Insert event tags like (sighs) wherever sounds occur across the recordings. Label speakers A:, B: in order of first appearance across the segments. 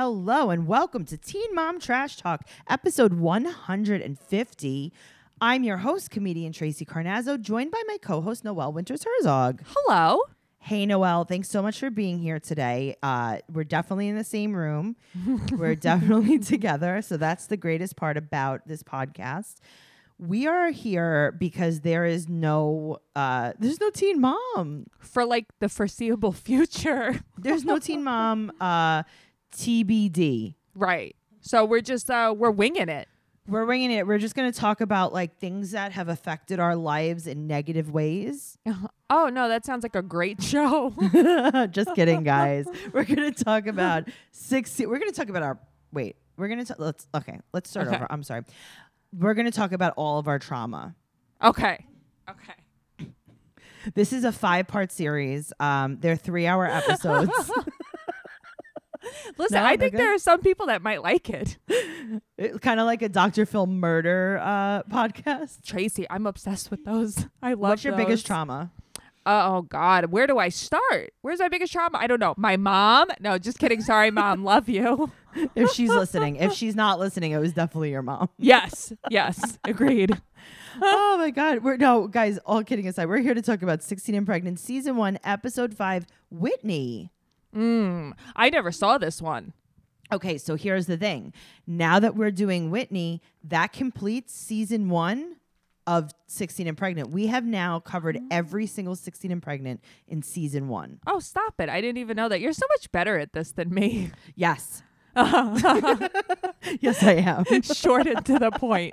A: Hello and welcome to Teen Mom Trash Talk, episode 150. I'm your host, comedian Tracy Carnazzo, joined by my co host, Noelle Winters Herzog.
B: Hello.
A: Hey, Noelle, thanks so much for being here today. Uh, we're definitely in the same room, we're definitely together. So that's the greatest part about this podcast. We are here because there is no uh, there's no teen mom.
B: For like the foreseeable future. (laughs)
A: There's no teen mom uh, TBD.
B: Right. So we're just uh we're winging it.
A: We're winging it. We're just going to talk about like things that have affected our lives in negative ways.
B: (laughs)
A: (laughs)
B: Oh no, that sounds like a great show. (laughs)
A: just kidding, guys. We're going to talk about six. We're going to talk about our wait. We're going to let's okay. Let's start
B: Okay.
A: over. I'm sorry. We're going to talk about all of our trauma.
B: okay. Okay.
A: This is a five part series. Um, they're three hour episodes.
B: Listen,
A: No,
B: I
A: they're
B: think there
A: good.
B: are some people that might like it. (laughs)
A: kind of like a Dr. Phil murder uh, podcast.
B: Tracy, I'm obsessed with those. (laughs) I love
A: What's your biggest
B: those.
A: trauma?
B: Oh god, where do I start? Where's my biggest trauma? I don't know. My mom? No, just kidding. Sorry, (laughs) mom. Love you.
A: If she's listening, if she's not listening, it was definitely your mom.
B: Yes. Yes. Agreed.
A: oh my god we're no guys all kidding aside we're here to talk about 16 and pregnant season 1 episode 5 whitney
B: Mm, I never saw this one.
A: okay so here's the thing now that we're doing whitney that completes season 1 of 16 and pregnant we have now covered every single 16 and pregnant in season 1
B: Oh, stop it. I didn't even know that. You're so much better at this than (laughs) me.
A: yes (laughs) yes i am
B: Short and to the point.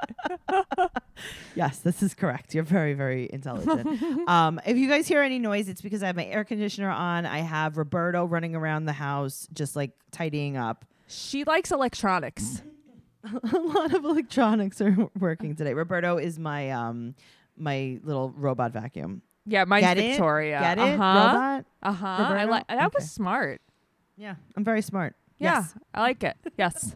A: Yes, this is correct. You're very, very (laughs) intelligent. um, if you guys hear any noise, it's because I have my air conditioner on. I have Roberto running around the house, just like tidying up.
B: She likes electronics.
A: (laughs) Mm-hmm. A lot of electronics are (laughs) working today. Roberto is my um, my little robot vacuum.
B: Yeah, mine's
A: Get it?
B: Victoria.
A: Get it?
B: Uh-huh.
A: Robot.
B: Uh huh. I
A: Roberta?
B: like that
A: Okay.
B: was smart.
A: Yeah, I'm very smart.
B: Yeah,
A: Yes.
B: I like it. Yes.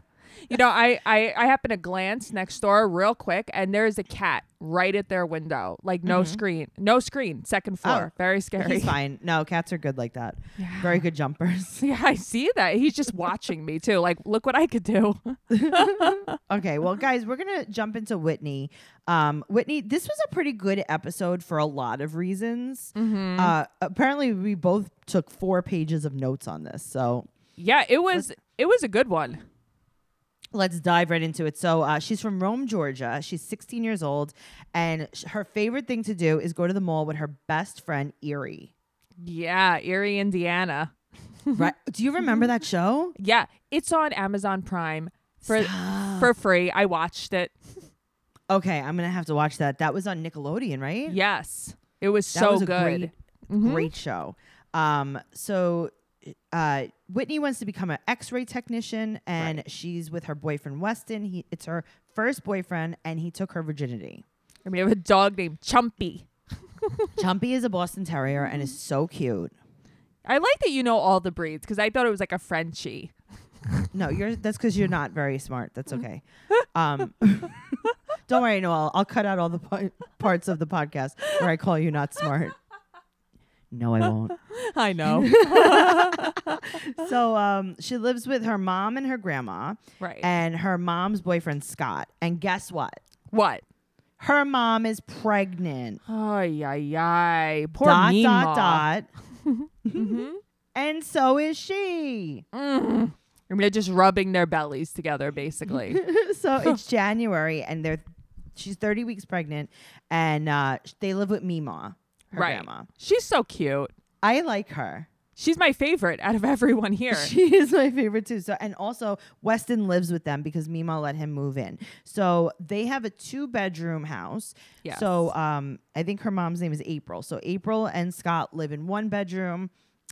B: you know, I, I I happen to glance next door real quick, and there is a cat right at their window. Like no screen, no screen, second floor.
A: Mm-hmm. Oh,
B: Very
A: But
B: scary.
A: He's fine. No, cats are good like (laughs) that.
B: (laughs) Yeah.
A: Very good jumpers.
B: (laughs) Yeah, I see that. He's just watching me too. Like, look what I could do. (laughs)
A: Okay, well, guys, we're gonna jump into Whitney. Um, Whitney, this was a pretty good episode for a lot of reasons. Uh, apparently, we both took four pages of notes on this, so
B: Yeah, it was it was a good one.
A: let's dive right into it. So, uh, she's from Rome, Georgia. She's 16 years old, and sh- her favorite thing to do is go to the mall with her best friend Erie.
B: Yeah, Erie, Indiana.
A: right? Do you remember that show?
B: Yeah, it's on Amazon Prime for for free. I watched it.
A: Okay, I'm gonna have to watch that. That was on Nickelodeon, right?
B: Yes, it was
A: That
B: so
A: was a
B: good.
A: great, great show. Um, so uh, Whitney wants to become an X-ray technician, and she's with her boyfriend Weston. He, it's her first boyfriend, and he took her virginity.
B: I mean, I have a dog named Chumpy.
A: Chumpy is a Boston Terrier and is so cute.
B: I like that you know all the breeds because I thought it was like a Frenchie.
A: No, you're that's because you're not very smart. That's okay. Um, don't worry, Noel. I'll cut out all the po- parts of the podcast where I call you not smart. No, I won't.
B: (laughs) I know.
A: so um, she lives with her mom and her grandma.
B: (laughs) right.
A: and her mom's boyfriend Scott. And guess what?
B: what?
A: Her mom is pregnant.
B: Oh yeah, yeah. Poor
A: dot
B: mean
A: dot
B: ma.
A: dot. (laughs) and so is she.
B: I mean, they're just rubbing their bellies together, basically. (laughs)
A: so it's January, and they're she's thirty weeks pregnant, and uh, sh- they live with Mima, her
B: right.
A: grandma.
B: She's so cute.
A: I like her.
B: She's my favorite out of everyone here.
A: She (laughs) is my favorite too. So and also Weston lives with them because Mima let him move in. So they have a two bedroom house.
B: Yes.
A: So um I think her mom's name is April. So April and Scott live in one bedroom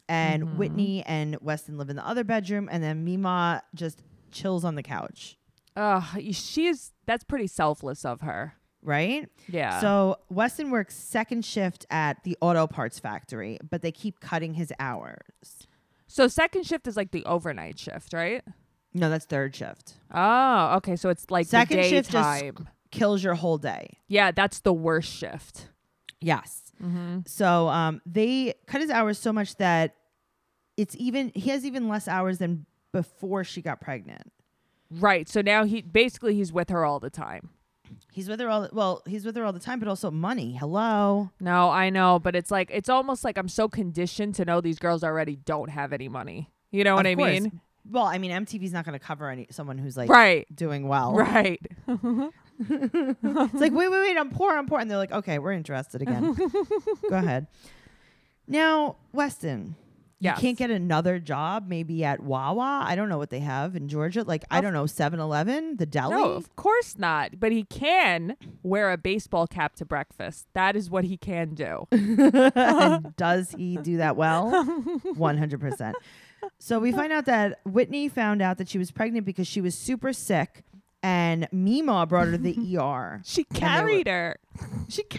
A: and
B: Mm-hmm.
A: Whitney and Weston live in the other bedroom and then Mima just chills on the couch,
B: Ugh, she's that's pretty selfless of her.
A: right?
B: Yeah.
A: So Weston works second shift at the auto parts factory, but they keep cutting his hours.
B: so second shift is like the overnight shift, right?
A: No, that's third shift.
B: Oh, okay. So it's like
A: Second
B: the
A: shift just
B: daytime.
A: kills your whole day.
B: yeah, that's the worst shift.
A: Yes.
B: Mm-hmm.
A: So um, they cut his hours so much that it's even he has even less hours than before she got pregnant.
B: Right. So now he basically he's with her all the time.
A: He's with her all the, well, he's with her all the time, but also money. Hello.
B: No, I know, but it's like it's almost like I'm so conditioned to know these girls already don't have any money. You know what
A: Of
B: I
A: course.
B: mean?
A: Well, I mean, MTV's not going to cover any someone who's like
B: Right.
A: doing well.
B: Right.
A: It's like, wait, wait, wait, I'm poor, I'm poor. And they're like, okay, we're interested again.
B: (laughs)
A: Go ahead. Now, Weston,
B: Yes.
A: you can't get another job maybe at Wawa. I don't know what they have in Georgia. Like, I
B: Of-
A: don't know, 7 Eleven, the deli.
B: No, of course not. But he can wear a baseball cap to breakfast. That is what he
A: (laughs)
B: can do.
A: and does he do that well? 100%. So we find out that Whitney found out that she was pregnant because she was super sick and Mima brought her to the ER.
B: She
A: they were-
B: carried her.
A: (laughs) She
B: (laughs)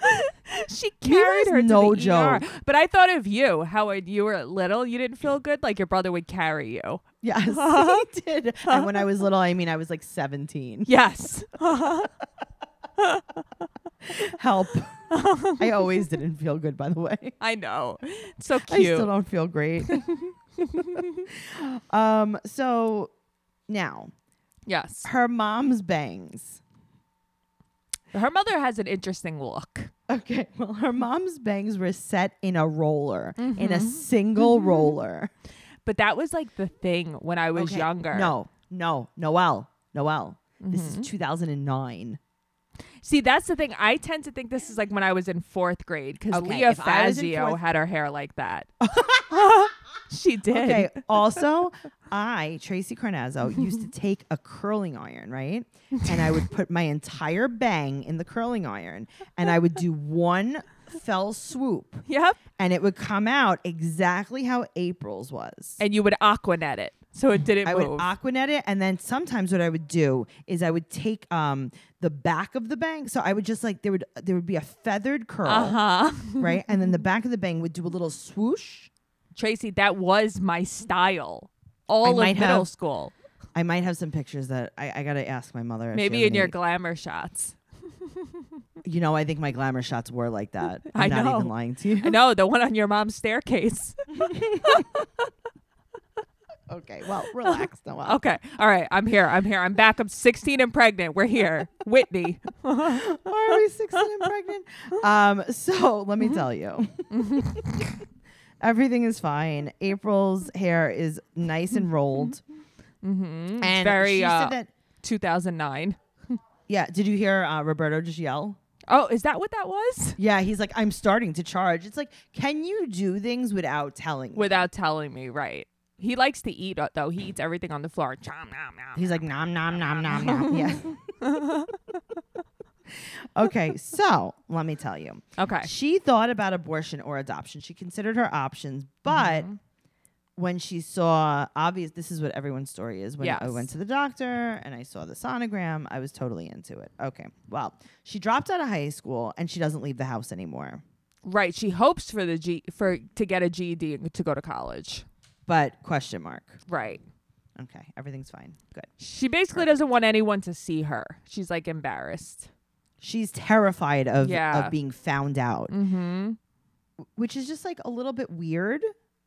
A: can't.
B: She
A: Mima
B: carried
A: is
B: her to
A: no
B: the ER. But I thought of you, how when you were little, you didn't feel good, like your brother would carry you.
A: Yes, (laughs) he did. And when I was little, I mean, I was like 17.
B: Yes.
A: Help. I always didn't feel good, by the way.
B: I know. It's so
A: I
B: cute.
A: still don't feel great. um, so now
B: yes.
A: her mom's bangs.
B: Her mother has an interesting look.
A: Okay, (laughs) well, her mom's bangs were set in a roller, in
B: Mm-hmm.
A: a single roller.
B: But that was like the thing when I was
A: Okay,
B: younger. Mm-hmm.
A: No, no, Noel, Noel. This is
B: (laughs)
A: 2009.
B: See, that's the thing. I tend to think this is like when I was in fourth grade because
A: Okay,
B: Leah
A: if I was in
B: Fazio
A: fourth-
B: had her hair
A: (laughs)
B: like that. she did.
A: Okay. Also, I, Tracy Carnazzo, used to take a curling iron, right? And I
B: (laughs)
A: would put my entire bang in the curling iron and I would do one fell swoop
B: Yep.
A: and it would come out exactly how April's was.
B: And you would aquanet it. So it didn't
A: I would
B: move.
A: aquanet it, and then sometimes what I would do is I would take um, the back of the bang. So I would just like there would there would be a feathered curl,
B: uh huh.
A: right? And then the back of the bang would do a little swoosh,
B: Tracy, that was my style. All
A: might
B: of middle
A: have-
B: school.
A: I might have some pictures that I, I gotta ask my mother. if she
B: Maybe
A: has
B: in your
A: any.
B: glamour shots.
A: you know, I think my glamour shots were like that. I'm
B: (laughs) I
A: not even
B: know.
A: lying to
B: (laughs)
A: you. (laughs)
B: no, the one on your mom's staircase.
A: okay, well, relax, Noel.
B: Okay. All right. I'm here. I'm here. I'm back. I'm 16 and pregnant. We're (laughs) here. Whitney.
A: Are we 16 and pregnant? Um, so let me tell you. Everything is fine. April's hair is nice and rolled.
B: Mm-hmm.
A: And
B: very
A: she
B: uh,
A: said that
B: 2009.
A: yeah, did you hear uh, Roberto just yell?
B: Oh, is that what that was?
A: Yeah, he's like, I'm starting to charge. It's like, can you do things without telling me?
B: Without telling me, right? He likes to eat uh, though. He eats everything on the floor. Chom, nom, nom.
A: He's like nom nom nom nom
B: (laughs)
A: nom. Yes. okay, so let me tell you.
B: Okay.
A: She thought about abortion or adoption. She considered her options, but
B: Mm-hmm.
A: when she saw obvious this is what everyone's story is. When I
B: Yes.
A: went to the doctor and I saw the sonogram, I was totally into it. Okay. Well, she dropped out of high school and she doesn't leave the house anymore.
B: Right. She hopes for the G for to get a GED and to go to college.
A: But question mark.
B: Right.
A: Okay, everything's fine. Good.
B: She basically doesn't want anyone to see her. She's like embarrassed.
A: She's terrified of
B: Yeah.
A: of being found out.
B: Mm-hmm.
A: which is just like a little bit weird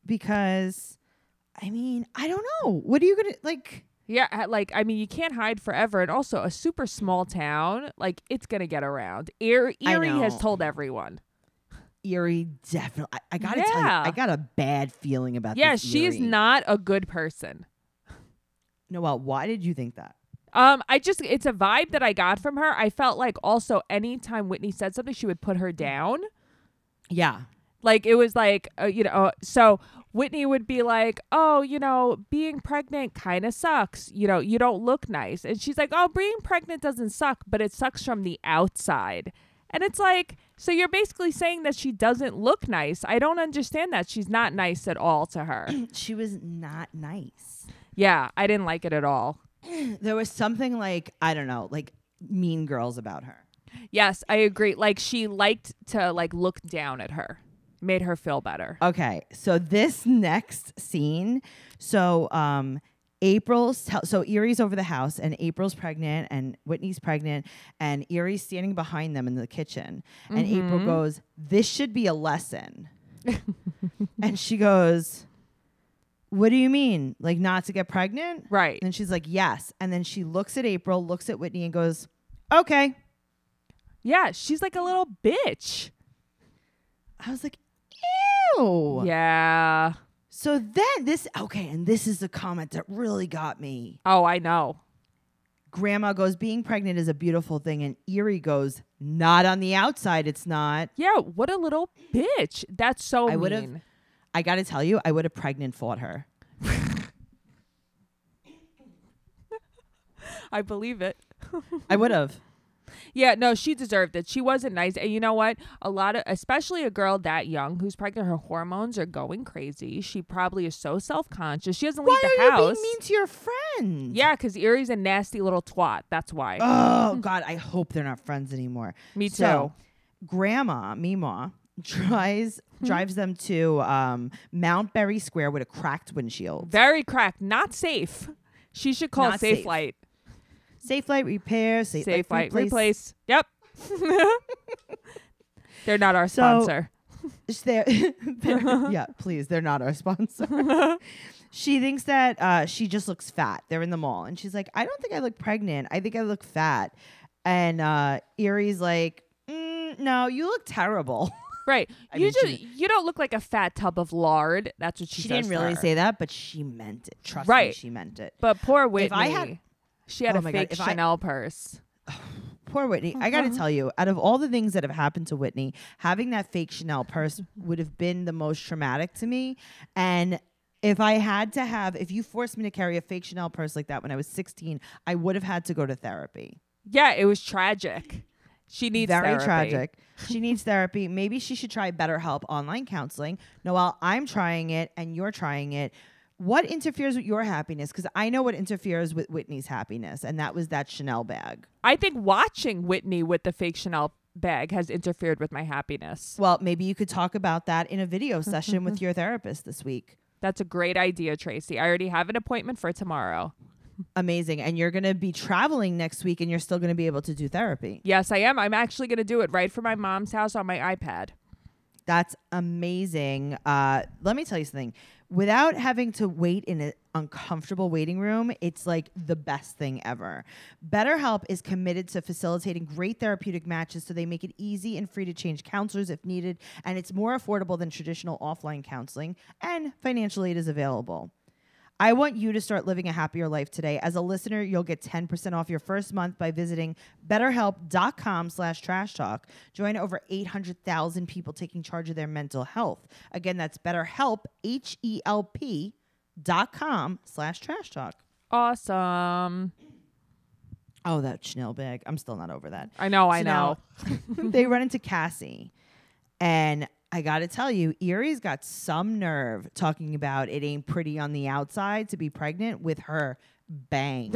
A: because I mean, I don't know. What are you going to like?
B: Yeah, I- like I mean, you can't hide forever, and also a super small town, like it's gonna get around. Erie,
A: I
B: Erie has
A: know.
B: told everyone.
A: Eerie, definitely. I, I got to tell you,
B: Yeah.
A: I got a bad feeling about
B: yeah,
A: this.
B: she is
A: Eerie.
B: not a good person.
A: Noelle, why did you think that?
B: Um, I just it's a vibe that I got from her. I felt like also anytime Whitney said something, she would put
A: Mm.
B: her down.
A: Yeah.
B: Like it was like uh, you know, uh, so Whitney would be like, "Oh, you know, being pregnant kind of sucks. You know, you don't look nice." And she's like, "Oh, being pregnant doesn't suck, but it sucks from the outside." And it's like, so you're basically saying that she doesn't look nice. I don't understand that. She's not nice at all to her.
A: She was not nice.
B: yeah, I didn't like it at all.
A: There was something like, I don't know, like mean girls about her.
B: Yes, I agree. Like she liked to like look down at her. Made her feel better.
A: Okay, so this next scene, so um, April's tell so Erie's over the house, and April's pregnant, and Whitney's pregnant, and Erie's standing behind them in the kitchen, and April goes, "This should be a lesson," and she goes, What do you mean? Like not to get pregnant?
B: Right.
A: And she's like, Yes. And then she looks at April, looks at Whitney, and goes, Okay.
B: Yeah, she's like a little bitch.
A: I was like, Ew.
B: Yeah.
A: So then this, okay, and this is the comment that really got me.
B: Oh, I know.
A: Grandma goes, Being pregnant is a beautiful thing. And Erie goes, Not on the outside, it's not.
B: Yeah, what a little bitch. That's so
A: I would've-
B: mean.
A: I got to tell you, I would have pregnant fought her.
B: I believe it.
A: I would have.
B: Yeah, no, she deserved it. She wasn't nice. And you know what? A lot of, especially a girl that young who's pregnant, her hormones are going crazy. She probably is so self conscious. She doesn't
A: (laughs) Why
B: leave the
A: are you
B: house.
A: being mean to your friend?
B: Yeah, because Erie's a nasty little twat. That's why.
A: (laughs) Oh, God, I hope they're not friends anymore.
B: Me too.
A: So, grandma, Mima, (laughs) drives drives them to um, Mount Berry Square with a cracked windshield.
B: Very cracked. Not safe. She should call
A: Not
B: Safe
A: safe.
B: Light.
A: Safe light repair, safe,
B: Safe Light
A: light replace.
B: Replace. Yep. (laughs) They're not our
A: So-
B: sponsor.
A: Is there- (laughs)
B: Uh-huh.
A: they're- yeah, please. They're not our
B: (laughs)
A: sponsor. (laughs) she thinks that uh, she just looks fat. They're in the mall, and she's like, "I don't think I look pregnant. I think I look fat." And uh, Erie's like, mm, "No, you look terrible." (laughs)
B: Right.
A: I
B: you
A: mean,
B: just
A: she
B: you don't look like a fat tub of lard. That's what she,
A: she
B: says
A: didn't
B: to
A: really
B: her.
A: say that, but she meant it. Trust me,
B: Right.
A: she meant it.
B: But poor Whitney.
A: I had-
B: she had
A: Oh
B: a
A: my God,
B: fake
A: if I-
B: Chanel purse.
A: Poor Whitney. I got
B: Uh-huh.
A: to tell you, out of all the things that have happened to Whitney, having that fake Chanel purse would have been the most traumatic to me. And if I had to have, if you forced me to carry a fake Chanel purse like that when I was 16, I would have had to go to therapy.
B: Yeah, it was tragic. She needs
A: Very
B: therapy. (laughs)
A: tragic. She needs therapy. Maybe she should try BetterHelp online counseling. Noelle, I'm trying it and you're trying it. What interferes with your happiness? Because I know what interferes with Whitney's happiness, and that was that Chanel bag.
B: I think watching Whitney with the fake Chanel bag has interfered with my happiness.
A: Well, maybe you could talk about that in a (laughs) video session with your therapist this week.
B: That's a great idea, Tracy. I already have an appointment for tomorrow.
A: Amazing. And you're going to be traveling next week and you're still going to be able to do therapy.
B: Yes, I am. I'm actually going to do it right from my mom's house on my iPad.
A: That's amazing. Uh, let me tell you something. Without having to wait in an uncomfortable waiting room, it's like the best thing ever. BetterHelp is committed to facilitating great therapeutic matches so they make it easy and free to change counselors if needed. And it's more affordable than traditional offline counseling, and financial aid is available. I want you to start living a happier life today. As a listener, you'll get 10% off your first month by visiting betterhelp.com slash trash talk. Join over 800,000 people taking charge of their mental health. Again, that's betterhelp, H-E-L-P dot com slash trash talk.
B: Awesome.
A: Oh, that Chanel bag. I'm still not over that.
B: I know, Oh, I
A: So
B: know.
A: now- (laughs) they run into Cassie. And I got to tell you, Erie's got some nerve talking about it ain't pretty on the outside to be pregnant with her
B: (laughs)
A: bang.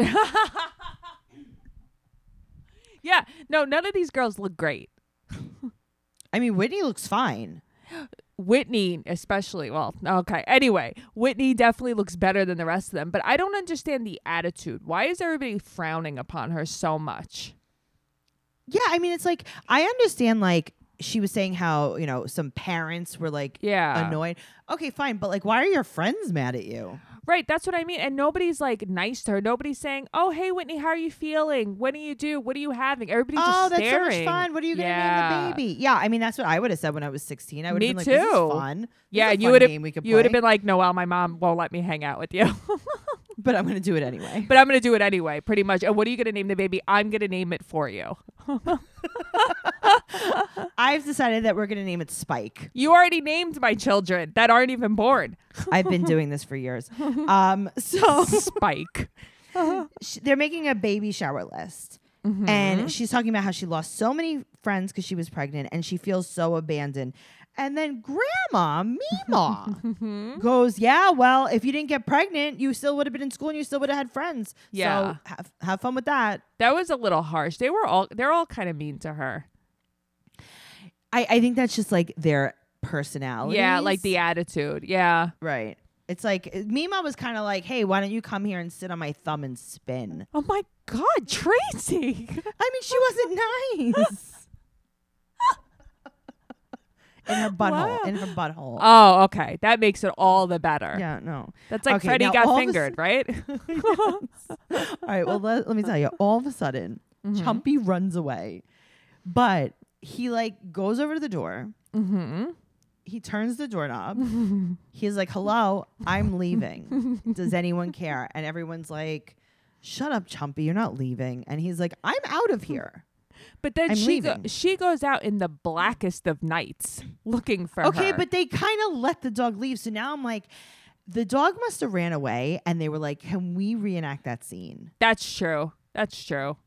B: Yeah. No, none of these girls look great.
A: I mean, Whitney looks fine.
B: Whitney, especially. Well, okay. Anyway, Whitney definitely looks better than the rest of them, but I don't understand the attitude. Why is everybody frowning upon her so much?
A: Yeah, I mean, it's like I understand. Like she was saying how you know some parents were like
B: Yeah.
A: annoyed. Okay, fine, but like, why are your friends mad at you?
B: Right. That's what I mean. And nobody's like nice to her. Nobody's saying, oh, hey, Whitney, how are you feeling? What do you do? What are you having? Everybody's
A: oh,
B: just
A: that's
B: staring.
A: so much fun. What are you gonna
B: Yeah.
A: name the baby? Yeah, I mean, that's what I would have said when I was sixteen. I would
B: Me
A: have been like, this
B: too.
A: is fun. This is
B: Yeah,
A: a
B: you
A: fun
B: would have
A: game we could
B: you would have
A: play,
B: been like, Noel, my mom won't let me hang out with you, (laughs)
A: but I'm gonna do it anyway.
B: but I'm gonna do it anyway, pretty much. And what are you gonna name the baby? I'm gonna name it for you.
A: I've decided that we're gonna name it Spike.
B: You already named my children that aren't even born.
A: I've been doing this for
B: (laughs)
A: years. Um, so (laughs)
B: Spike.
A: sh- they're making a baby shower list.
B: Mm-hmm.
A: And she's talking about how she lost so many friends because she was pregnant and she feels so abandoned. And then Grandma
B: (laughs)
A: Mima goes, Yeah, well, if you didn't get pregnant, you still would have been in school and you still would have had friends.
B: Yeah.
A: So have, have fun with that.
B: That was a little harsh. They were all they're all kind of mean to her.
A: I, I think that's just like their personality.
B: Yeah, like the attitude. Yeah.
A: Right. It's like eh, Mima was kind of like, Hey, why don't you come here and sit on my thumb and spin?
B: Oh my
A: (laughs)
B: God, Tracy.
A: I mean, she wasn't nice. (laughs) in her butthole.
B: Wow.
A: In her butthole.
B: Oh, okay. That makes it all the better.
A: yeah, no.
B: That's like
A: Okay,
B: Freddie
A: now
B: got
A: all of a (laughs)
B: fingered, right?
A: All right. Well, let, let me tell you. All of a sudden,
B: Mm-hmm.
A: Chumpy runs away, but he like goes over to the door.
B: mm-hmm.
A: He turns the doorknob.
B: (laughs)
A: He's like, "Hello, I'm leaving. Does anyone care?" And everyone's like, "Shut up, Chumpy. You're not leaving." And he's like, "I'm out of here."
B: But then
A: I'm
B: she go-
A: leaving.
B: she goes out in the blackest of nights looking for
A: Okay,
B: her.
A: but they kind of let the dog leave. So now I'm like, the dog must have ran away, and they were like, "Can we reenact that scene?"
B: that's true. That's true.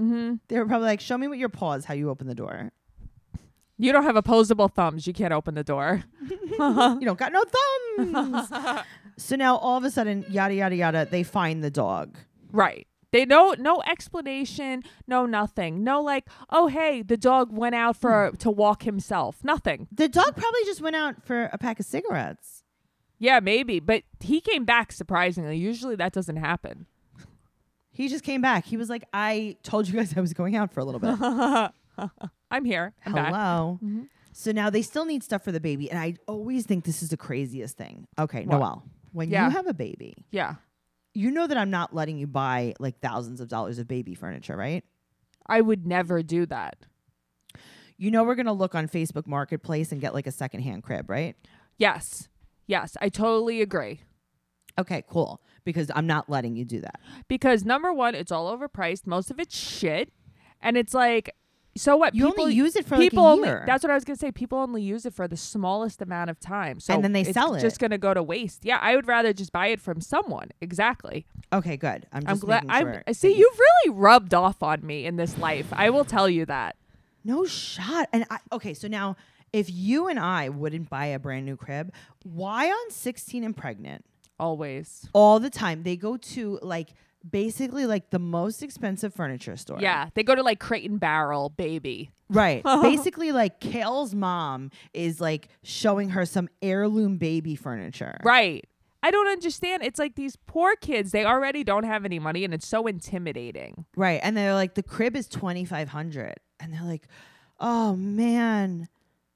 B: Mm-hmm.
A: They were probably like, "Show me with your paws how you open the door."
B: You don't have opposable thumbs. You can't open the door.
A: you don't got no thumbs.
B: (laughs)
A: so now all of a sudden, yada yada yada, they find the dog.
B: Right. They no no explanation, no nothing. No like, oh hey, the dog went out for to walk himself. Nothing.
A: The dog probably just went out for a pack of cigarettes.
B: Yeah, maybe, but he came back surprisingly. Usually that doesn't happen.
A: He just came back. He was like, I told you guys I was going out for a little
B: (laughs)
A: bit.
B: I'm here. I'm back.
A: Hello.
B: Mm-hmm.
A: So now they still need stuff for the baby. And I always think this is the craziest thing. Okay,
B: What?
A: Noelle, when
B: Yeah.
A: you have a baby,
B: Yeah.
A: you know that I'm not letting you buy like thousands of dollars of baby furniture, right?
B: I would never do that.
A: You know we're going to look on Facebook Marketplace and get like a secondhand crib, right?
B: Yes. Yes, I totally agree.
A: Okay, cool. Because I'm not letting you do that.
B: because number one, it's all overpriced. Most of it's shit, and it's like, so what?
A: You
B: people
A: only use it for like, a
B: people only-
A: year.
B: that's what I was gonna say. People only use it for the smallest amount of time, so
A: And then they
B: it's
A: sell
B: Just
A: it.
B: gonna go to waste. Yeah, I would rather just buy it from someone. Exactly.
A: Okay, good. I'm just
B: I'm glad.
A: making
B: I
A: sure
B: I see
A: that
B: you've really rubbed off on me in this life. I will tell you that.
A: No shot. And I, okay, so now if you and I wouldn't buy a brand new crib, why on 16 and pregnant
B: Always.
A: all the time they go to like basically like the most expensive furniture store.
B: Yeah, they go to like Crate and Barrel, baby. (laughs)
A: Right. basically like Kale's mom is like showing her some heirloom baby furniture.
B: Right. I don't understand. It's like these poor kids, they already don't have any money and it's so intimidating.
A: Right. And they're like the crib is 2500 and they're like, "Oh man,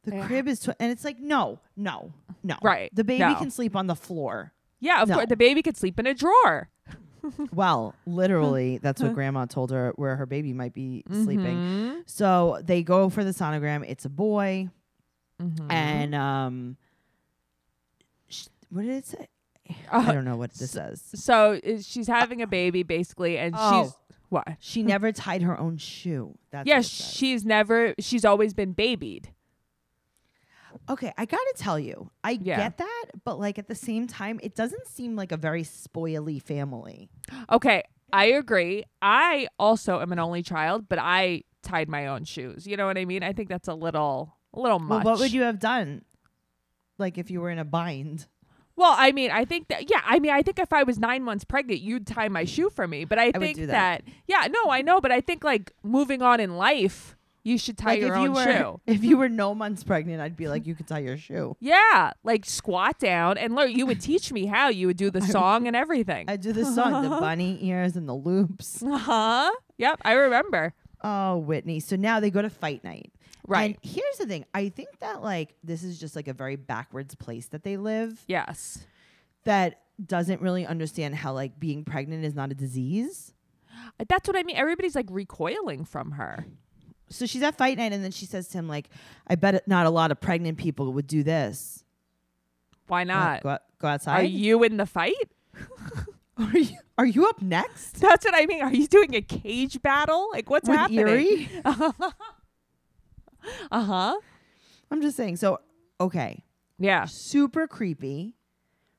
A: the
B: Yeah.
A: crib is tw-. and it's like, "No, no, no."
B: Right.
A: The baby
B: No.
A: can sleep on the floor.
B: Yeah, of
A: No.
B: course. The baby could sleep in a drawer.
A: Well, literally, that's what grandma told her where her baby might be sleeping.
B: Mhm.
A: So they go for the sonogram. It's a boy.
B: Mhm.
A: And um, sh- what did it say? I
B: Uh,
A: don't know what this says.
B: so is- she's having a baby basically, and
A: Oh.
B: she's what?
A: She never tied her own shoe. That's
B: yeah,
A: what it says.
B: she's never. She's always been babied.
A: Okay, I gotta tell you, I
B: Yeah.
A: get that, but like at the same time, it doesn't seem like a very spoily family.
B: Okay, I agree. I also am an only child, but I tied my own shoes. You know what I mean? I think that's a little, a little
A: Well,
B: much.
A: what would you have done? Like if you were in a bind.
B: Well, I mean, I think that yeah, I mean, I think if I was nine months pregnant, you'd tie my shoe for me. But I,
A: would
B: think
A: do that.
B: yeah, no, I know, but I think like moving on in life, you should tie
A: like
B: your
A: if
B: own
A: you were
B: shoe.
A: (laughs) if you were no months pregnant, I'd be like, you could tie your shoe.
B: Yeah, like squat down and learn. You would teach me how you would
A: (laughs)
B: do the song and everything.
A: I do this song,
B: (laughs)
A: the bunny ears and the loops.
B: Uh huh. Yep, I remember.
A: Oh, Whitney. So now they go to fight night. And
B: Right.
A: here's the thing. I think that like this is just like a very backwards place that they live
B: Yes.
A: that doesn't really understand how like being pregnant is not a disease.
B: That's what I mean. Everybody's like recoiling from her.
A: So she's at fight night and then she says to him like, I bet not a lot of pregnant people would do this.
B: Why
A: Go-
B: not?
A: Go, go outside.
B: Are you in the fight?
A: (laughs)
B: (laughs)
A: are you are you up next?
B: That's what I mean. Are you doing a cage battle? Like what's
A: with
B: happening?
A: Erie?
B: Uh huh.
A: (laughs) I'm just saying. So okay.
B: Yeah.
A: Super creepy.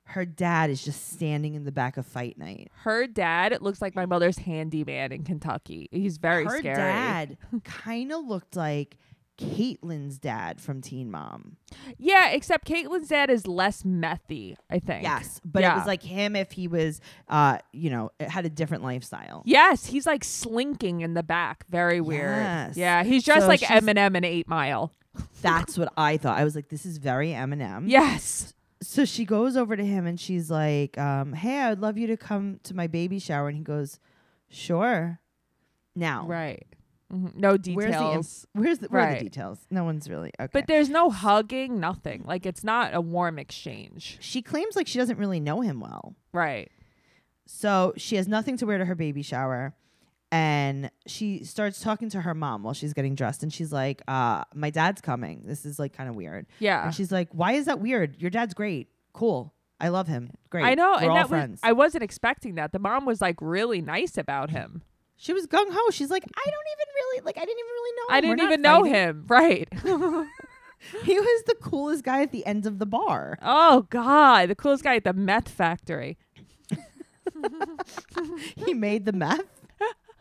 A: Her dad is just standing in the back of fight night.
B: Her dad it looks like my mother's handyman in Kentucky. He's very
A: her
B: scary. (laughs)
A: dad kind of looked like Caitlyn's dad from Teen Mom.
B: Yeah, except Caitlin's dad is less methy, I think.
A: but it
B: Yeah.
A: was like him if he was, uh, you know, it had a different lifestyle.
B: Yes, he's like slinking in the back. Very weird.
A: Yes.
B: Yeah, he's dressed
A: So
B: like
A: she's-
B: Eminem in Eight Mile.
A: That's what I thought. I was like, this is very Eminem.
B: Yes.
A: So she goes over to him and she's like, um, "Hey, I would love you to come to my baby shower." And he goes, "Sure." Now,
B: Right. Mhm. No details.
A: Where's the inf- where's the, where are
B: Right.
A: the details? No one's really okay.
B: But there's no hugging, nothing. Like it's not a warm exchange.
A: she claims like she doesn't really know him well.
B: Right.
A: So she has nothing to wear to her baby shower. And she starts talking to her mom while she's getting dressed. And she's like, uh, My dad's coming. This is like kind of weird.
B: Yeah.
A: And she's like, Why is that weird? Your dad's great. Cool. I love him. Great.
B: I know,
A: We're
B: and
A: all
B: that
A: friends.
B: was I wasn't expecting that. The mom was like really nice about him.
A: she was gung ho. She's like, I don't even really, like, I didn't even really know him. Oh,
B: I
A: We're
B: didn't
A: not
B: even
A: fighting."
B: know him. Right. (laughs)
A: He was the coolest guy at the end of the bar.
B: oh God. The coolest guy at the meth factory.
A: He made the meth.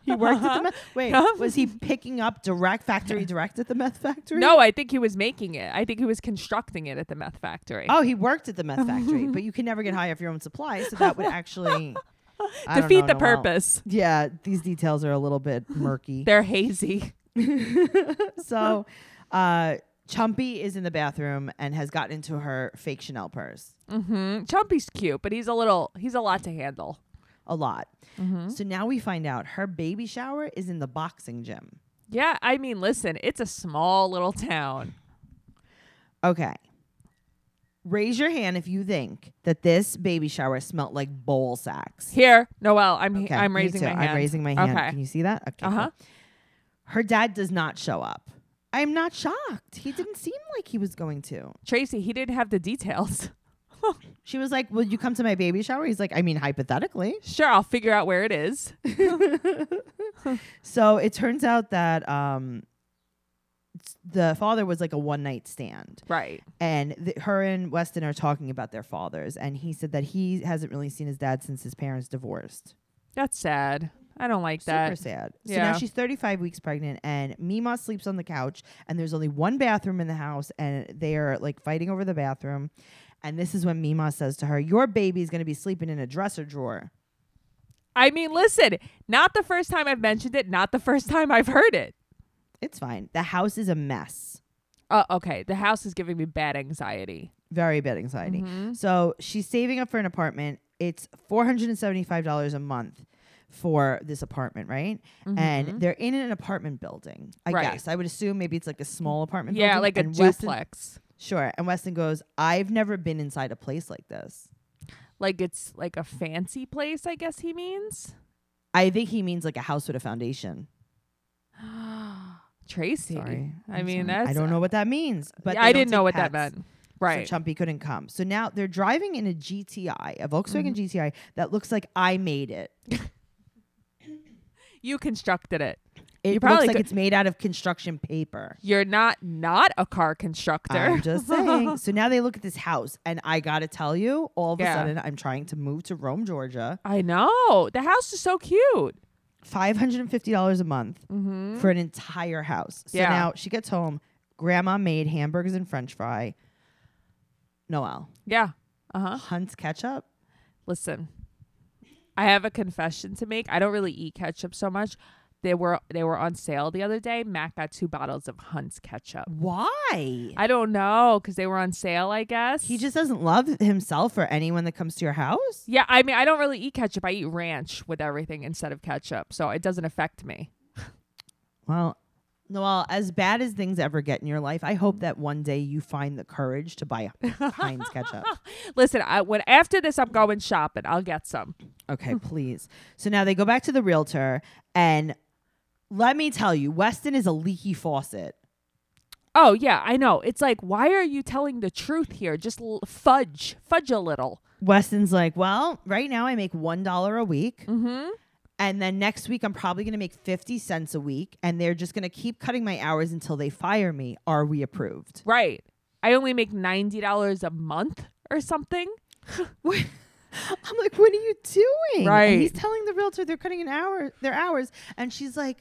A: He worked at the
B: (laughs)
A: meth. Wait, was he picking up direct factory direct at the meth factory?
B: No, I think he was making it. I think he was constructing it at the meth factory.
A: Oh, he worked at the meth factory, but you can never
B: (laughs)
A: get high off your own supply, so that would actually I don't
B: Defeat
A: know,
B: the
A: Noelle.
B: purpose.
A: Yeah, these details are a little
B: (laughs)
A: bit murky.
B: They're hazy.
A: so,
B: (laughs)
A: uh, Chumpy is in the bathroom and has gotten into her fake Chanel purse
B: hmm Chumpy's cute, but he's a little he's a lot to handle.
A: a lot.
B: Mm-hmm.
A: So now we find out her baby shower is in the boxing gym.
B: Yeah, I mean, listen, it's a small little town.
A: Okay. Raise your hand if you think that this baby shower smelt like bowl sacks.
B: Here, Noelle, I'm
A: Okay,
B: I'm
A: me
B: raising
A: too.
B: my hand.
A: I'm raising my hand.
B: Okay.
A: Can you see that? Okay. cool.
B: Uh-huh.
A: Her dad does not show up. I'm not shocked. He didn't seem like he was going to.
B: Tracy, he didn't have the details. (laughs)
A: She was like, "Will you come to my baby shower?" He's like, "I mean, hypothetically."
B: Sure, I'll figure out where it is. (laughs)
A: So it turns out that um, s- the father was like a one night stand,
B: Right.
A: and th- her and Weston are talking about their fathers, and he said that he hasn't really seen his dad since his parents divorced.
B: That's sad. I don't like
A: Super
B: that.
A: sad. So
B: yeah.
A: now she's 35 weeks pregnant, and Mima sleeps on the couch, and there's only one bathroom in the house, and they are like fighting over the bathroom. And this is when Mima says to her, Your baby's going to be sleeping in a dresser drawer.
B: I mean, listen, not the first time I've mentioned it, not the first (laughs) time I've heard it.
A: It's fine. The house is a mess.
B: Uh, okay, the house is giving me bad anxiety.
A: Very bad anxiety.
B: Mm-hmm.
A: So she's saving up for an apartment. It's $475 a month for this apartment, right?
B: Mm-hmm.
A: And they're in an apartment building, I
B: Right.
A: guess. I would assume maybe it's like a small apartment
B: Yeah,
A: building.
B: like a
A: and Weston-
B: duplex.
A: Sure. And Weston goes, I've never been inside a place like this.
B: Like it's like a fancy place, I guess he means.
A: I think he means like a house with a foundation.
B: (gasps) Tracy.
A: Sorry.
B: I
A: I'm
B: mean,
A: sorry.
B: that's
A: I don't know what that means, but
B: I
A: they don't
B: didn't know
A: take
B: what that
A: pets,
B: meant. Right.
A: So Chumpy couldn't come. So now they're driving in a GTI, a
B: Mm-hmm.
A: Volkswagen GTI that looks like I made it.
B: you constructed it.
A: It looks
B: probably
A: like
B: could-
A: it's made out of construction paper.
B: You're not not a car constructor. (laughs)
A: I'm just saying. so now they look at this house, and I gotta tell you, all of a
B: Yeah.
A: sudden, I'm trying to move to Rome, Georgia.
B: I know. The house is so cute.
A: five hundred and fifty dollars a month for an entire house. So
B: Yeah.
A: now she gets home. Grandma made hamburgers and French fry. Noel
B: Yeah. Uh huh.
A: Hunt's ketchup.
B: Listen, I have a confession to make. I don't really eat ketchup so much. They were they were on sale the other day. Matt got two bottles of Hunt's ketchup.
A: Why?
B: I don't know because they were on sale. I guess
A: He just doesn't love himself or anyone that comes to your house.
B: Yeah, I mean, I don't really eat ketchup. I eat ranch with everything instead of ketchup, so it doesn't affect me.
A: Well, Noel, as bad as things ever get in your life, I hope that one day you find the courage to buy Heinz ketchup.
B: Listen, I when after this, I'm going shopping. I'll get some.
A: Okay, please. So now they go back to the realtor, and let me tell you, Weston is a leaky faucet.
B: Oh yeah, I know. It's like, why are you telling the truth here? Just l- fudge, fudge a little.
A: Weston's like, well, right now I make one dollar a week, and then next week I'm probably going to make fifty cents a week, and they're just going to keep cutting my hours until they fire me. Are we (laughs) approved?
B: Right. I only make ninety dollars a month or something.
A: I'm like, what are you doing? And
B: Right.
A: he's telling the realtor they're cutting an hour their hours, and she's like,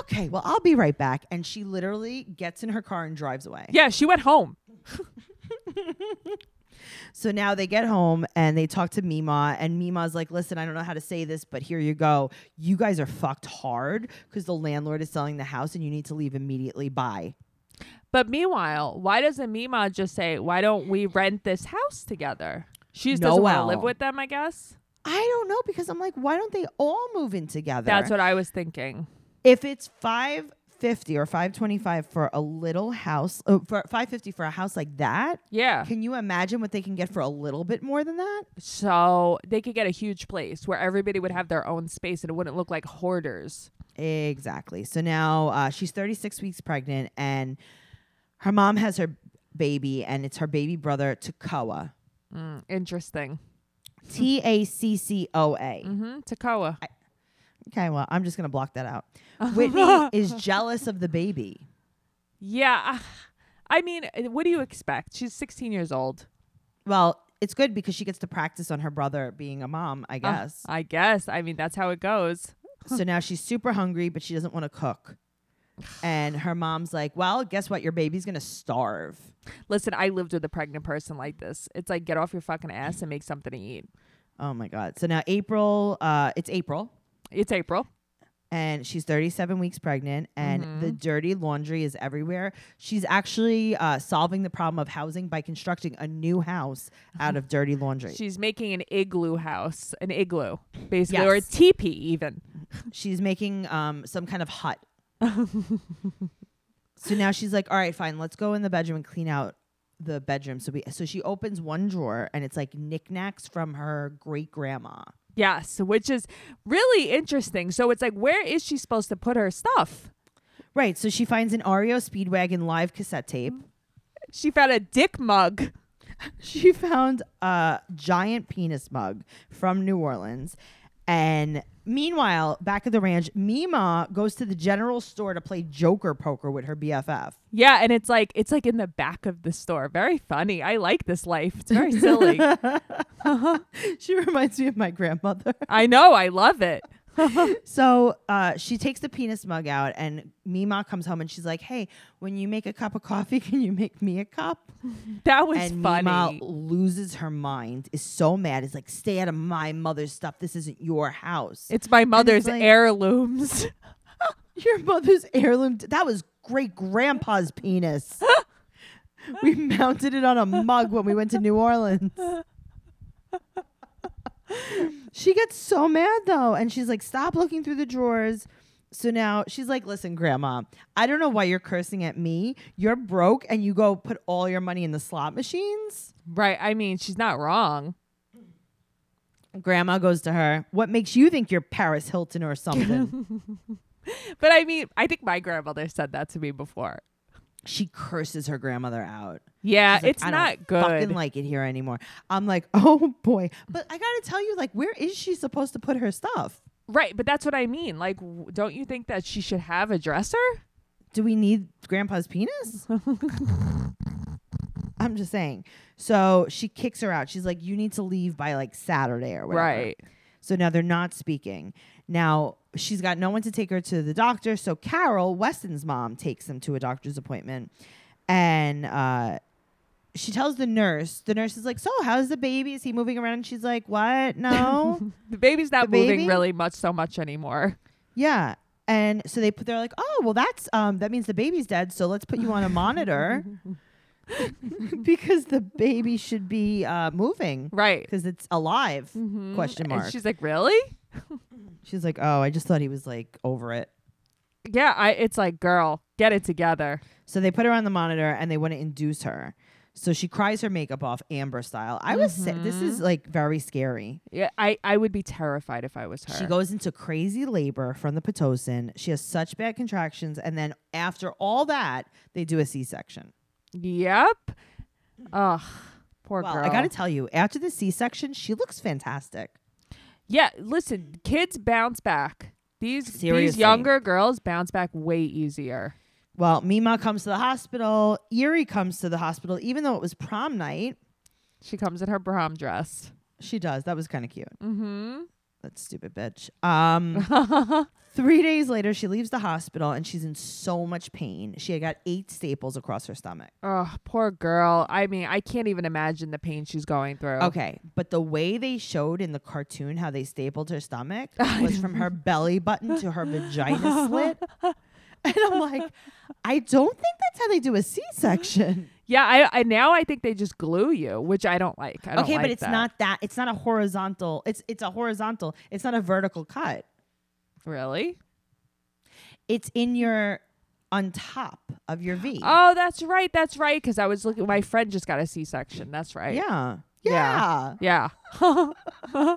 A: okay, well I'll be right back, and she literally gets in her car and drives away.
B: Yeah, she went home.
A: So now they get home and they talk to Mima, and Mima's like, "Listen, I don't know how to say this, but here you go. You guys are fucked hard because the landlord is selling the house, and you need to leave immediately. Bye."
B: But meanwhile, why doesn't Mima just say, "Why don't we rent this house together"? She just doesn't want to
A: Noelle.
B: live with them, I guess.
A: I don't know because I'm like, why don't they all move in together?
B: That's what I was thinking.
A: if it's five 50 or 525 for a little house oh, for 550 for a house like that
B: Yeah.
A: can you imagine what they can get for a little bit more than that
B: So they could get a huge place where everybody would have their own space and it wouldn't look like hoarders.
A: exactly so now uh, she's 36 weeks pregnant and her mom has her baby and it's her baby brother tacoa
B: Mm, interesting.
A: t-a-c-c-o-a
B: hmm Tacoa.
A: okay well i'm just gonna block that out whitney is jealous of the baby
B: Yeah. (laughs) I mean, uh, what do you expect? She's 16 years old.
A: well it's good because she gets to practice on her brother being a mom i
B: Uh,
A: guess
B: I guess. I mean, that's how it goes.
A: So now she's super hungry, but she doesn't want to cook. And her mom's like, Well, guess what? Your baby's going to starve.
B: Listen, I lived with a pregnant person like this. It's like, get off your fucking ass and make something to eat.
A: Oh my God. So now April, uh, it's April,
B: It's April.
A: and she's 37 weeks pregnant, and the dirty laundry is everywhere. She's actually uh, solving the problem of housing by constructing a new house out of dirty laundry.
B: She's making an igloo house, an igloo, basically, or a
A: Yes.
B: teepee, even.
A: she's making um, some kind of hut. so now she's like, all right, fine, let's go in the bedroom and clean out the bedroom. So we, so she opens one drawer and it's like knickknacks from her great grandma.
B: Yes, which is really interesting. So it's like, where is she supposed to put her stuff?
A: Right. So she finds an Oreo Speedwagon live cassette tape.
B: She found a dick mug.
A: She (laughs) found a giant penis mug from New Orleans. And meanwhile, back at the ranch, Mima goes to the general store to play Joker poker with her BFF.
B: Yeah, and it's like it's like in the back of the store. Very funny. I like this life. It's very silly.
A: (laughs) She reminds me of my grandmother. (laughs)
B: I know. I love it.
A: So uh, she takes the penis mug out, and Mima comes home and she's like, "Hey, when you make a cup of coffee, (laughs) can you make me a cup?"
B: That was
A: and
B: funny.
A: Mima loses her mind, is so mad, is like, "Stay out of my mother's stuff. This isn't your house.
B: it's my mother's
A: like-
B: heirlooms. (laughs)
A: your mother's heirloom. That was great grandpa's penis. we mounted it on a mug when we went to New Orleans. she gets so mad though, and she's like, "Stop looking through the drawers." So now she's like, "Listen, grandma, I don't know why you're cursing at me. You're broke, and you go put all your money in the slot machines."
B: right. I mean, she's not wrong.
A: Grandma goes to her, "What makes you think you're Paris Hilton or something?"
B: But I mean, I think my grandmother said that to me before.
A: she curses her grandmother out.
B: Yeah,
A: She's like,
B: it's
A: "I don't
B: not good.
A: Fucking like it here anymore. I'm like, (laughs) oh boy. But I gotta tell you, like, where is she supposed to put her stuff?
B: right, but that's what I mean. Like, w- don't you think that she should have a dresser?
A: Do we need Grandpa's
B: (laughs)
A: penis? I'm just saying. So she kicks her out. She's like, you need to leave by like Saturday or whatever.
B: Right.
A: So now they're not speaking. Now she's got no one to take her to the doctor. So Carol, Weston's mom, takes them to a doctor's appointment. And uh, she tells the nurse, the nurse is like, So, how's the baby? Is he moving around? And she's like, What?
B: (laughs)
A: No.
B: The baby's not
A: The
B: moving
A: baby?
B: really much so much anymore. (laughs)
A: yeah. And so they put, they're like, Oh, well, that's, um, that means the baby's dead. So let's put you on a
B: (laughs)
A: monitor because the baby should be uh, moving
B: Right.
A: because it's alive.
B: Mhm.
A: Question mark.
B: And she's like, really?
A: She's like, Oh, I just thought he was like over it.
B: Yeah, I it's like, girl, get it together.
A: So they put her on the monitor and they want to induce her. So she cries her makeup off, Amber style. I was sa- this is like very scary.
B: Yeah, I, I would be terrified if I was her.
A: She goes into crazy labor from the pitocin. She has such bad contractions, and then after all that, they do a C-section.
B: Yep. Ugh. Poor
A: Well,
B: girl.
A: I gotta tell you, after the C-section, she looks fantastic.
B: Yeah, listen, kids bounce back. These these
A: Seriously.
B: younger girls bounce back way easier.
A: Well, Mima comes to the hospital. Erie comes to the hospital, even though it was prom night.
B: She comes in her prom dress.
A: She does. That was kind of cute.
B: Mm-hmm.
A: That stupid bitch. Um,
B: (laughs)
A: Three days later, she leaves the hospital and she's in so much pain. She had got eight staples across her stomach.
B: Oh, poor girl. I mean, I can't even imagine the pain she's going through.
A: Okay, but the way they showed in the cartoon how they stapled her
B: (laughs)
A: stomach was from her belly button to her vagina
B: (laughs)
A: slit. And I'm like, I don't think that's how they do a C section.
B: Yeah, I, I now I think they just glue you, which I don't like. I don't
A: Okay,
B: like
A: but it's
B: that.
A: not that. It's not a horizontal. It's it's a horizontal. It's not a vertical cut.
B: really.
A: It's in your on top of your V.
B: Oh, that's right. That's right. Because I was looking. My friend just got a C section. That's right.
A: yeah.
B: Yeah.
A: Yeah. (laughs)
B: Yeah.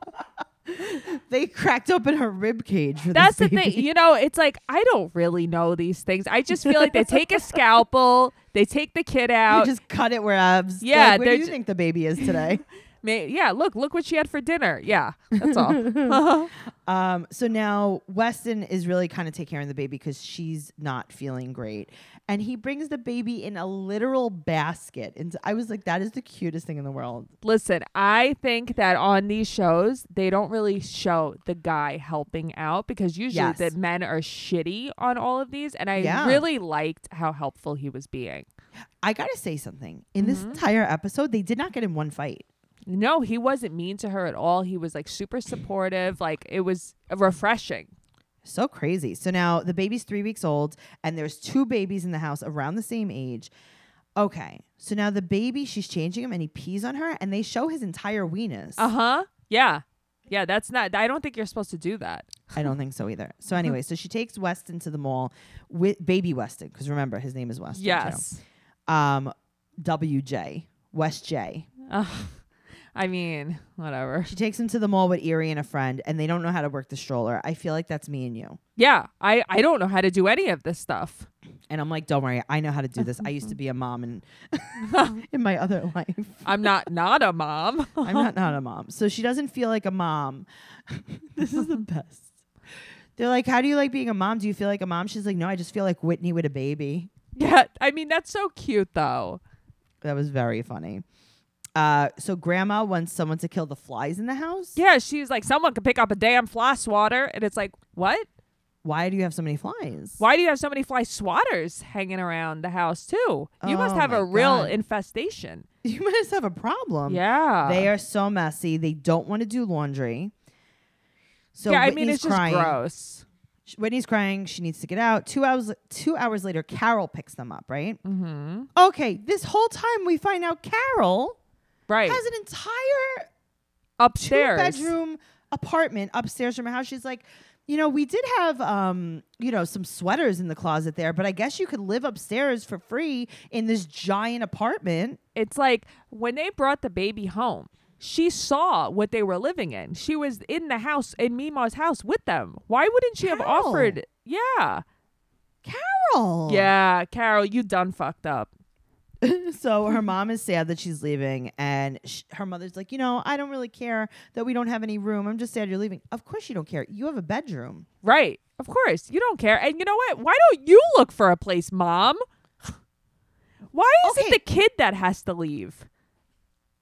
A: They cracked open her rib cage for
B: That's
A: this
B: the thing. (laughs)
A: baby.
B: You know, it's like I don't really know these things. I just feel like they
A: (laughs)
B: take a scalpel, they take the kid
A: You
B: out.
A: just cut it where abs.
B: Yeah,
A: Like, where
B: they're
A: do you
B: ju-
A: think the baby is
B: (laughs)
A: today?
B: ma- yeah, look, look what she had for dinner. Yeah,
A: (laughs)
B: that's all.
A: Um, so now Weston is really kind of taking care of the baby because she's not feeling great. And he brings the baby in a literal basket. And I was like, that is the cutest thing in the world.
B: Listen, I think that on these shows, they don't really show the guy helping out because usually
A: Yes.
B: the men are shitty on all of these. And I
A: Yeah.
B: really liked how helpful he was being.
A: I gotta say something. In this
B: Mm-hmm.
A: entire episode, they did not get in one fight.
B: No, he wasn't mean to her at all. He was like super supportive. Like it was refreshing.
A: So crazy. So now the baby's three weeks old, and there's two babies in the house around the same age. Okay. So now the baby, she's changing him, and he pees on her, and they show his entire weenus.
B: Uh huh. Yeah. Yeah. That's not, I don't think you're supposed to do that.
A: I don't think so either. So anyway, so she takes Weston to the mall with baby Weston, because remember his name is Weston. too.
B: Yes.
A: Um, WJ West J.
B: Ugh. (laughs) I mean, whatever.
A: She takes him to the mall with Erie and a friend, and they don't know how to work the stroller. I feel like that's me and you.
B: Yeah. I, I don't know how to do any of this stuff.
A: And I'm like, don't worry, I know how to do this. I used to be a mom in (laughs) in my other life.
B: I'm not, not a mom. (laughs)
A: I'm not not a mom, so she doesn't feel like a mom. (laughs) this is the best. They're like, how do you like being a mom? Do you feel like a mom? She's like, no, I just feel like Whitney with a baby.
B: Yeah, I mean that's so cute though.
A: That was very funny. Uh, so grandma wants someone to kill the flies in the house.
B: Yeah, she's like someone could pick up a damn fly swatter, and it's like, what?
A: Why do you have so many flies?
B: Why do you have so many fly swatters hanging around the house too? You must
A: Oh,
B: have
A: my
B: a real
A: God.
B: infestation.
A: (laughs) You must have a problem.
B: yeah,
A: They are so messy. They don't want to do laundry. So
B: yeah, I
A: Whitney's
B: mean it's just
A: crying.
B: gross.
A: Sh- Whitney's crying. She needs to get out. Two hours. Two hours later, Carol picks them up. Right.
B: Mm-hmm.
A: Okay. This whole time, we find out Carol
B: Right
A: has an entire
B: upstairs.
A: two-bedroom apartment upstairs from her house. She's like, you know, we did have, um, you know, some sweaters in the closet there, but I guess you could live upstairs for free in this giant apartment.
B: It's like when they brought the baby home, she saw what they were living in. She was in the house in Mima's house with them. Why wouldn't she have
A: How? Oh.
B: offered? Yeah,
A: Carol.
B: yeah, Carol, you done fucked up.
A: So her mom is sad that she's leaving, and sh- her mother's like, you know, I don't really care that we don't have any room. I'm just sad you're leaving. Of course you don't care. You have a bedroom.
B: Right. Of course. You don't care. And you know what? Why don't you look for a place, mom? (sighs) Why is
A: Okay.
B: it the kid that has to leave?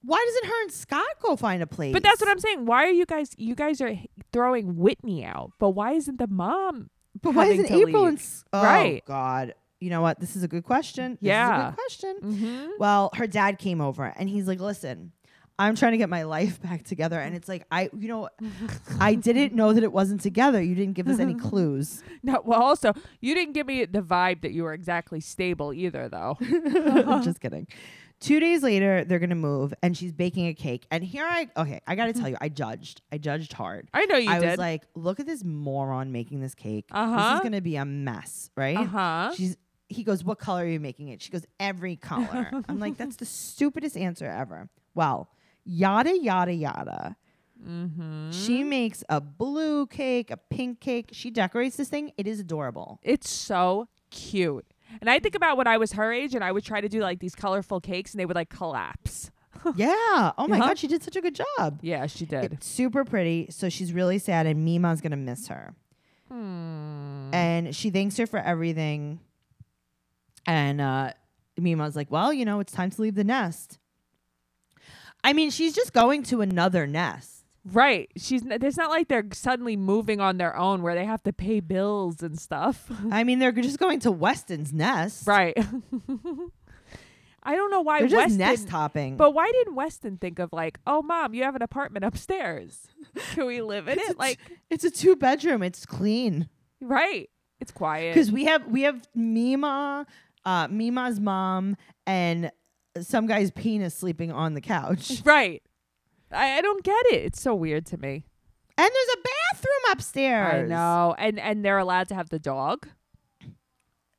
A: Why doesn't her and Scott go find a place?
B: But that's what I'm saying. Why are you guys you guys are h- throwing Whitney out, but why isn't the mom?
A: But why
B: having
A: isn't
B: to
A: April
B: leave.
A: and S- oh,
B: Right.
A: God? You know what? This is a good question. This is a good
B: Yeah.
A: question.
B: Mm-hmm.
A: Well, her dad came over and he's like, "Listen, I'm trying to get my life (laughs) back together." And it's like, I, you
B: (laughs)
A: know, I didn't know that it wasn't together. You didn't give us
B: (laughs)
A: any clues.
B: No, well also, you didn't give me the vibe that you were exactly stable
A: (laughs)
B: either though. Uh-huh.
A: Just kidding. Two days later, they're gonna move, and she's baking a cake. And here I, okay, I gotta tell you, I judged. I judged hard.
B: I know you
A: I
B: did.
A: was like, look at this moron making this cake. This
B: Uh-huh.
A: is gonna be a mess, right?
B: uh-huh.
A: She's he goes, What color are you making it? She goes, Every color. I'm like,
B: (laughs)
A: that's the stupidest answer ever. Well, yada yada yada.
B: Mm-hmm.
A: She makes a blue cake, a pink cake. She decorates this thing. It is
B: (laughs)
A: adorable.
B: It's so cute. And I think about when I was her age and I would try to do like these colorful cakes and they would like collapse.
A: yeah. Oh my
B: Yeah.
A: god, she did such a good job.
B: Yeah, she did.
A: It's super pretty. So she's really sad, and Mima's gonna miss her.
B: Hmm.
A: And she thanks her for everything. And uh, Mima's like, "Well, you know, it's time to leave the nest." I mean, she's just going to another nest.
B: Right. She's n- it's not like they're suddenly moving on their own where they have to pay bills and stuff. (laughs)
A: I mean, they're just going to Weston's nest.
B: right. (laughs) I don't know why
A: They're just
B: Weston
A: nest hopping.
B: But why didn't Weston think of like, "Oh mom, you have an apartment upstairs.
A: (laughs)
B: Can we live in
A: It's a
B: it?"
A: t-
B: Like,
A: it's a two bedroom. It's clean
B: right. It's quiet.
A: because we have we have Mima, uh, Mima's mom, and some guy's penis sleeping on the couch.
B: Right. I, I don't get it. It's so weird to me.
A: And there's a bathroom upstairs.
B: I know. And and they're allowed to have the dog.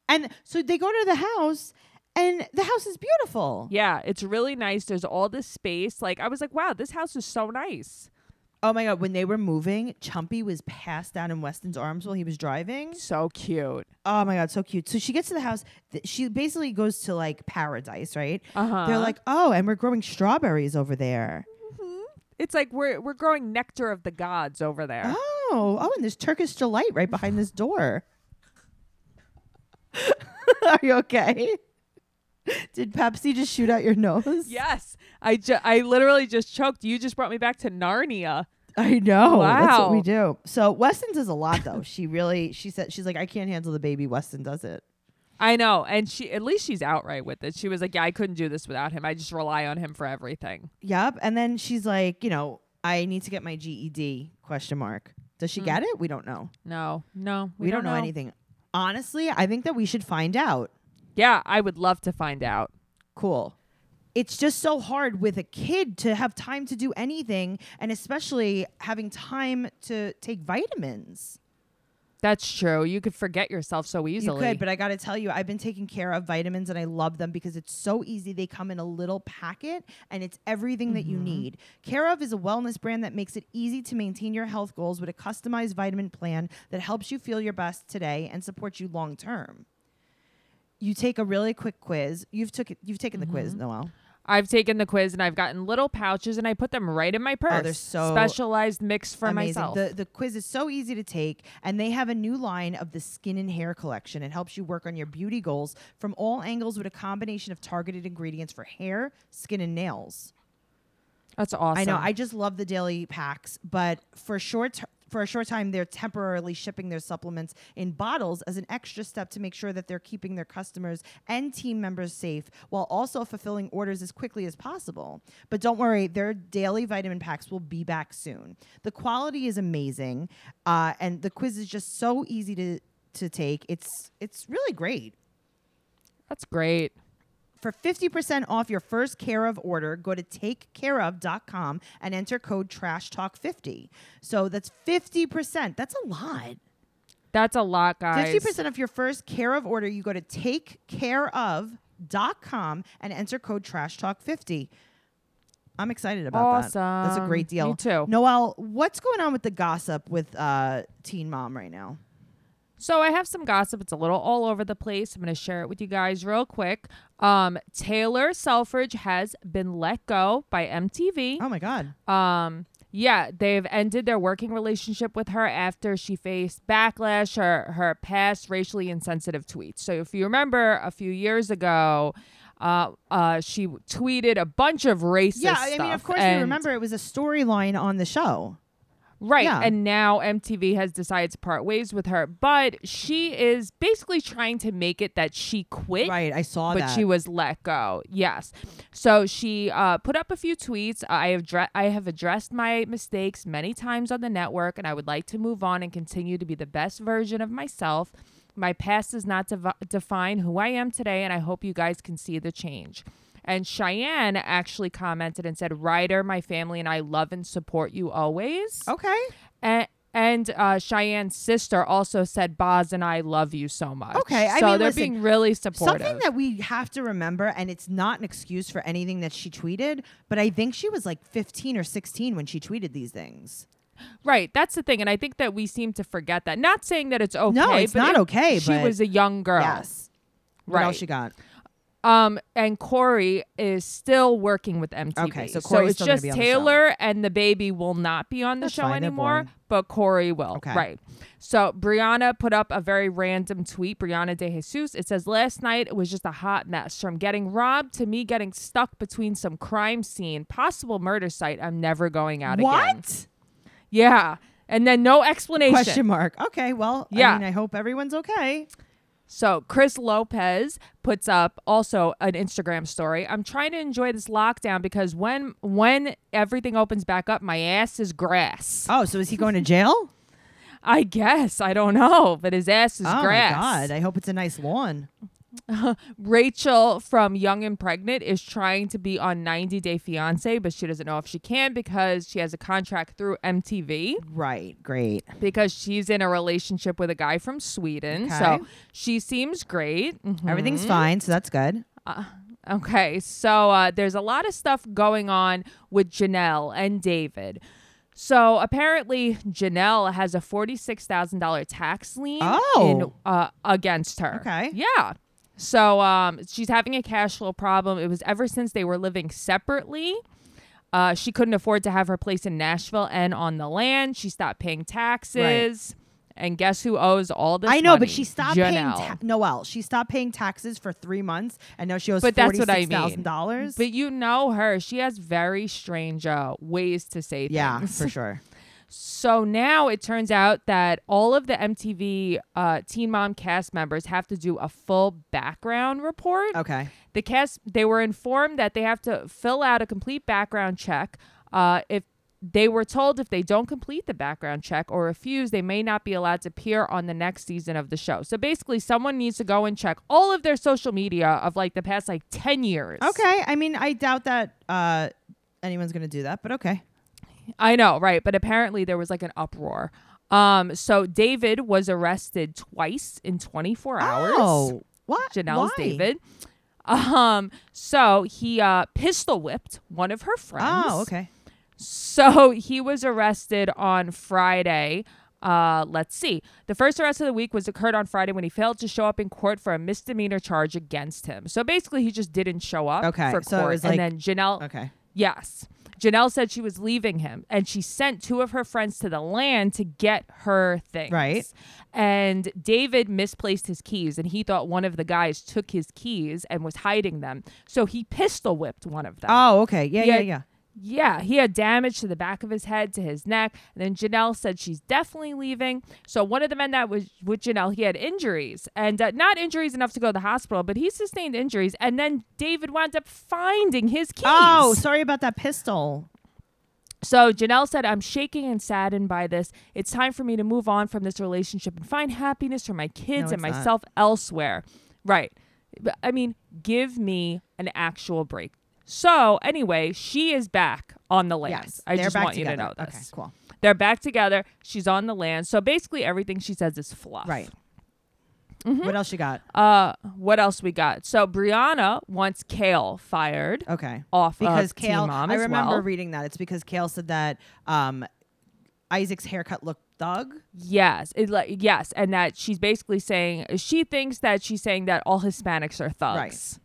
A: And so they go to the house, and the house is beautiful.
B: Yeah, it's really nice. There's all this space. Like I was like, wow, this house is so nice.
A: Oh my god! When they were moving, Chumpy was passed out in Weston's arms while he was driving.
B: So cute.
A: Oh my god, so cute! So she gets to the house. Th- she basically goes to like paradise, right?
B: Uh-huh.
A: They're like, oh, and we're growing strawberries over there.
B: It's like we're we're growing nectar of the gods over there.
A: Oh, oh, and there's Turkish delight right behind this door. (laughs) Are you okay? Did Pepsi just shoot out your nose?
B: Yes. I ju- I literally just choked. You just brought me back to Narnia.
A: I know. That's what we
B: Wow.
A: do. So Weston does a lot though. she really she said she's like, I can't handle the baby. Weston does it.
B: I know. And she at least she's outright with it. She was like, Yeah, I couldn't do this without him. I just rely on him for everything.
A: Yep. And then she's like, you know, I need to get my GED question mark. Does she get it? We don't know.
B: No, no.
A: Hmm. We, don't, know, anything. Honestly, I think that we should find out.
B: Yeah, I would love to find out.
A: Cool. It's just so hard with a kid to have time to do anything and especially having time to take vitamins.
B: That's true. You could forget yourself so easily.
A: You could, but I got to tell you, I've been taking care of vitamins and I love them because it's so easy. They come in a little packet and it's everything that you need. Care of is a wellness brand that makes it easy to maintain your health goals with a customized vitamin plan that helps you feel your best today and supports you long term. You take a really quick quiz. You've took it, you've taken the quiz, Noel.
B: I've taken the quiz and I've gotten little pouches and I put them right in my purse.
A: Oh, they're so
B: specialized mix for myself.
A: The the quiz is so easy to take, and they have a new line of the skin and hair collection. It helps you work on your beauty goals from all angles with a combination of targeted ingredients for hair, skin, and nails.
B: That's awesome.
A: I know. I just love the daily packs, but for short ter- for a short time, they're temporarily shipping their supplements in bottles as an extra step to make sure that they're keeping their customers and team members safe while also fulfilling orders as quickly as possible. But don't worry, their daily vitamin packs will be back soon. The quality is amazing, uh, and the quiz is just so easy to to take. It's it's really great.
B: That's great.
A: For 50% off your first care of order, go to takecareof.com and enter code trash talk 50. So that's 50%. That's a lot.
B: That's a lot, guys.
A: 50% of your first care of order, you go to takecareof.com and enter code trash talk 50. I'm excited about that. That's a
B: Awesome.
A: great deal.
B: Me too.
A: Noelle, what's going on with the gossip with uh, Teen Mom right now?
B: So I have some gossip. It's a little all over the place. I'm going to share it with you guys real quick. Um, Taylor Selfridge has been let go by MTV.
A: Oh my God.
B: Um, yeah, they've ended their working relationship with her after she faced backlash her her past racially insensitive tweets. So if you remember, a few years ago, uh, uh, she tweeted a bunch of racist.
A: yeah, I mean, of
B: stuff,
A: course, we
B: and-
A: remember it was a storyline on the show.
B: Right.
A: Yeah.
B: And now MTV has decided to part ways with her, but she is basically trying to make it that she quit.
A: Right. I saw
B: But
A: that.
B: she was let go. Yes. So she uh, put up a few tweets. I have dre- I have addressed my mistakes many times on the network, and I would like to move on and continue to be the best version of myself. My past does not devi- define who I am today, and I hope you guys can see the change. And Cheyenne actually commented and said, "Ryder, my family and I love and support you always."
A: okay.
B: And, and uh, Cheyenne's sister also said, Boz and I love you so much.
A: Okay, I
B: so
A: mean,
B: they're
A: listen,
B: being really supportive.
A: Something that we have to remember, and it's not an excuse for anything that she tweeted, but I think she was like 15 or 16 when she tweeted these things.
B: right, that's the thing. And I think that we seem to forget that. Not saying that it's okay.
A: it's
B: but
A: not
B: it-
A: okay,
B: She
A: but-
B: was a young girl.
A: Yes. What else
B: Right.
A: she got?
B: Um, and Corey is still working with MTV.
A: Okay, so Corey's
B: it's
A: still gonna
B: just
A: be on the show.
B: Taylor and the baby will not be on the
A: That's
B: show
A: fine, they're
B: anymore,
A: boring.
B: but Corey will.
A: Okay.
B: Right. So Brianna put up a very random tweet, Brianna De Jesus. It says, Last night it was just a hot mess. From getting robbed to me getting stuck between some crime scene, possible murder site. I'm never going out again.
A: What?
B: Yeah. And then no explanation.
A: Question mark. Okay, well, I
B: Yeah.
A: mean, I hope everyone's okay.
B: So Chris Lopez puts up also an Instagram story. I'm trying to enjoy this lockdown because when when everything opens back up, my ass is grass.
A: Oh, so is he going to
B: (laughs)
A: jail?
B: I guess I don't know, but his ass is
A: oh
B: grass.
A: my god, I hope it's a nice lawn.
B: Rachel from Young and Pregnant is trying to be on 90 Day Fiance, but she doesn't know if she can because she has a contract through MTV
A: Right. Great.
B: because she's in a relationship with a guy from Sweden.
A: Okay. Mm-hmm.
B: So she seems great. Mhm.
A: Everything's fine. So that's good.
B: Uh, okay, so uh, there's a lot of stuff going on with Janelle and David. So apparently, Janelle has a forty-six thousand dollar tax lien in,
A: Oh.
B: uh, against her.
A: Okay.
B: yeah. So um, she's having a cash flow problem. It was ever since they were living separately. Uh, she couldn't afford to have her place in Nashville and on the land. She stopped paying taxes. And guess who owes all this?
A: I know,
B: money?
A: but she stopped paying
B: Janelle.
A: ta- Noel. She stopped paying taxes for three months, and now she owes
B: But that's
A: forty
B: what I
A: six
B: mean.
A: thousand dollars.
B: But you know her. She has very strange uh, ways to say
A: Yeah,
B: things.
A: for sure.
B: So now it turns out that all of the MTV uh, Teen Mom cast members have to do a full background report.
A: Okay.
B: The cast they were informed that they have to fill out a complete background check. Uh, if they were told if they don't complete the background check or refuse, they may not be allowed to appear on the next season of the show. So basically, someone needs to go and check all of their social media of like the past like ten years.
A: Okay. I mean, I doubt that uh, anyone's going to do that, but okay.
B: I know, right? But apparently there was like an uproar. Um, so David was arrested twice in 24 hours.
A: Oh, what?
B: Janelle's
A: Why?
B: David. Um, so he uh pistol whipped one of her friends.
A: Oh, okay.
B: So he was arrested on Friday. Uh, let's see. The first arrest of the week was occurred on Friday when he failed to show up in court for a misdemeanor charge against him. So basically, he just didn't show up
A: Okay,
B: for court.
A: so it was
B: and
A: like-
B: then Janelle,
A: Okay.
B: Yes. Janelle said she was leaving him and she sent two of her friends to the land to get her things.
A: Right.
B: And David misplaced his keys and he thought one of the guys took his keys and was hiding them. So he pistol whipped one of them.
A: Oh, okay. Yeah,
B: He
A: yeah,
B: had-
A: yeah.
B: Yeah, he had damage to the back of his head, to his neck. And then Janelle said she's definitely leaving. So one of the men that was with Janelle, he had injuries and uh, not injuries enough to go to the hospital, but he sustained injuries. And then David wound up finding his keys.
A: Oh, sorry about that pistol.
B: So Janelle said, I'm shaking and saddened by this. It's time for me to move on from this relationship and find happiness for my kids
A: No, it's
B: and
A: not.
B: myself elsewhere. Right. But, I mean, give me an actual break. So anyway, she is back on the land.
A: Yes.
B: I
A: They're
B: just
A: back
B: want you
A: together.
B: to know
A: Okay,
B: this.
A: cool.
B: They're back together. She's on the land. So basically everything she says is fluff.
A: Right.
B: Mm-hmm.
A: What else you got?
B: Uh what else we got? So Brianna wants Kale fired
A: Okay.
B: off
A: because
B: of Teen
A: Kale,
B: Uh, Mom
A: I
B: as
A: remember
B: well.
A: reading that. It's because Kale said that um, Isaac's haircut looked thug.
B: Yes, it like yes, and that she's basically saying she thinks that she's saying that all Hispanics are thugs.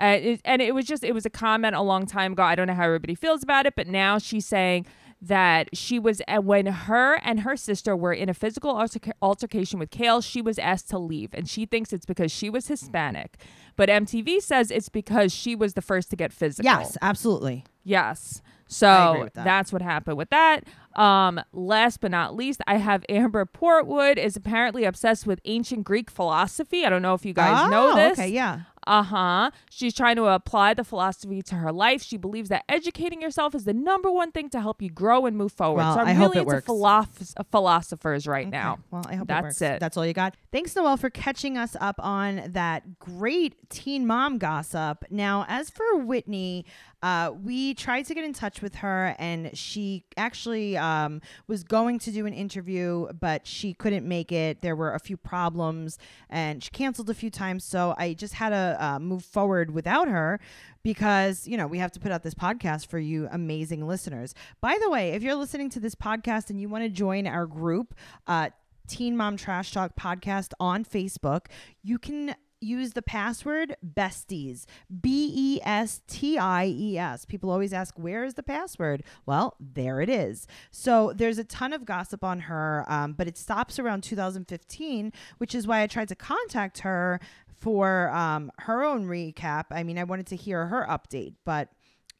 B: And it, and it was just it was a comment a long time ago. I don't know how everybody feels about it, but now she's saying that she was and when her and her sister were in a physical alterca- altercation with Kale, she was asked to leave, and she thinks it's because she was Hispanic. But MTV says it's because she was the first to get physical.
A: Yes, absolutely.
B: Yes.
A: agree
B: So
A: with that.
B: that's what happened with that. Um, last but not least, I have Amber Portwood is apparently obsessed with ancient Greek philosophy. I don't know if you guys
A: oh,
B: know this.
A: Okay, yeah.
B: Uh huh. She's trying to apply the philosophy to her life. She believes that educating yourself is the number one thing to help you grow and move forward.
A: Well,
B: so I'm
A: I
B: really
A: hope it
B: into
A: works.
B: philosoph- philosophers right now.
A: Okay. Well, I hope
B: That's
A: it works.
B: it.
A: That's all you got. Thanks, Noel, for catching us up on that great teen mom gossip. Now, as for Whitney, uh, we tried to get in touch with her, and she actually um, was going to do an interview, but she couldn't make it. There were a few problems, and she canceled a few times. So I just had to uh, move forward without her because you know we have to put out this podcast for you amazing listeners by the way if you're listening to this podcast and you want to join our group uh, Teen Mom Trash Talk podcast on Facebook, you can use the password besties b e s t i e s people always ask where is the password well there it is so there's a ton of gossip on her um, but it stops around 2015 which is why i tried to contact her for um, her own recap i mean i wanted to hear her update but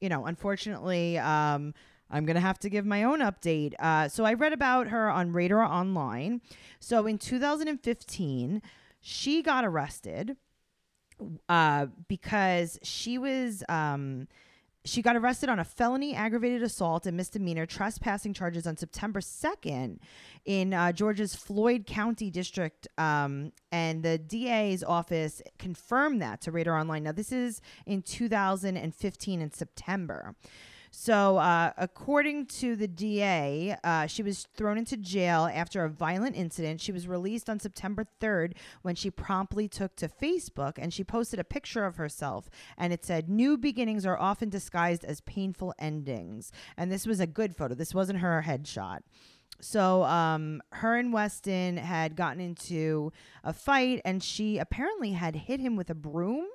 A: you know, unfortunately, um, I'm going to have to give my own update. Uh, so I read about her on Radar Online. So in 2015, she got arrested uh, because she was um, She got arrested on a felony aggravated assault and misdemeanor trespassing charges on September 2nd in uh, Georgia's Floyd County District. Um, and the DA's office confirmed that to Radar Online. Now, this is in 2015 in September. So, uh, according to the DA, uh, she was thrown into jail after a violent incident. She was released on September 3rd when she promptly took to Facebook and she posted a picture of herself. And it said, New beginnings are often disguised as painful endings. And this was a good photo, this wasn't her headshot. So, um, her and Weston had gotten into a fight, and she apparently had hit him with a broom.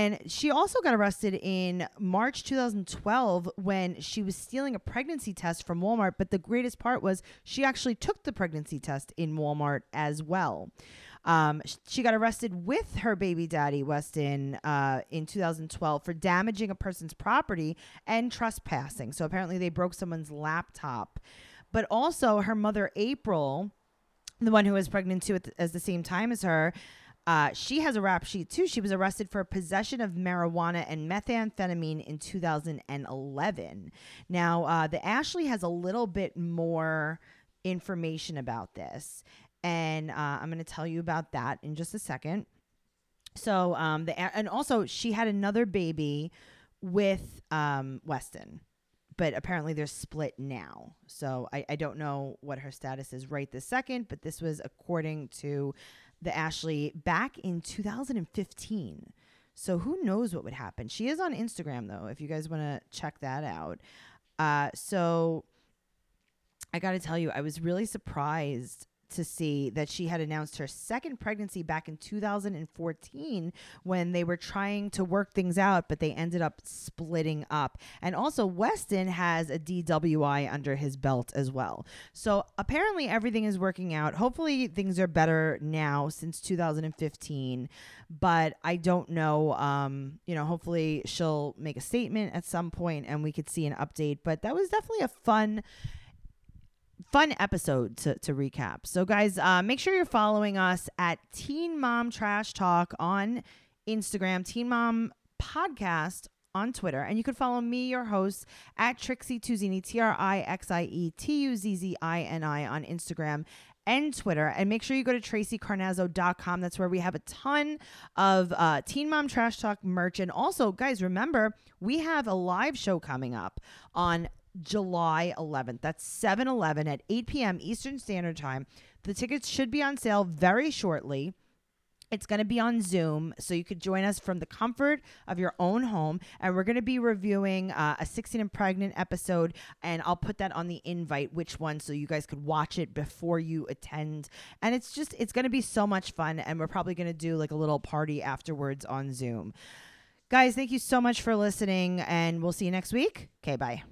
A: And she also got arrested in March 2012 when she was stealing a pregnancy test from Walmart. But the greatest part was she actually took the pregnancy test in Walmart as well. Um, sh- she got arrested with her baby daddy, Weston, uh, in 2012 for damaging a person's property and trespassing. So apparently they broke someone's laptop. But also her mother, April, the one who was pregnant too at the, as the same time as her. Uh, she has a rap sheet too. She was arrested for possession of marijuana and methamphetamine in 2011. Now, uh, the Ashley has a little bit more information about this, and uh, I'm going to tell you about that in just a second. So, um, the and also she had another baby with um, Weston but apparently they're split now. So I, I don't know what her status is right this second, but this was according to the Ashley back in 2015. So who knows what would happen? She is on Instagram though, if you guys want to check that out. Uh, so I got to tell you, I was really surprised to see that she had announced her second pregnancy back in 2014 when they were trying to work things out, but they ended up splitting up. And also, Weston has a DWI under his belt as well. So apparently, everything is working out. Hopefully, things are better now since 2015, but I don't know. Um, you know, hopefully, she'll make a statement at some point and we could see an update. But that was definitely a fun fun episode to, to recap. So, guys, uh, make sure you're following us at Teen Mom Trash Talk on Instagram, Teen Mom Podcast on Twitter. And you can follow me, your host, at Trixie Tuzini, T R I X I E T U Z Z I N I on Instagram and Twitter. And make sure you go to tracycarnazzo.com. That's where we have a ton of uh, Teen Mom Trash Talk merch. And also, guys, remember, we have a live show coming up on July 11th. That's 7 11 at 8 p.m. Eastern Standard Time. The tickets should be on sale very shortly. It's going to be on Zoom, so you could join us from the comfort of your own home. And we're going to be reviewing uh, a 16 and pregnant episode, and I'll put that on the invite, which one, so you guys could watch it before you attend. And it's just, it's going to be so much fun. And we're probably going to do like a little party afterwards on Zoom. Guys, thank you so much for listening, and we'll see you next week. Okay, bye.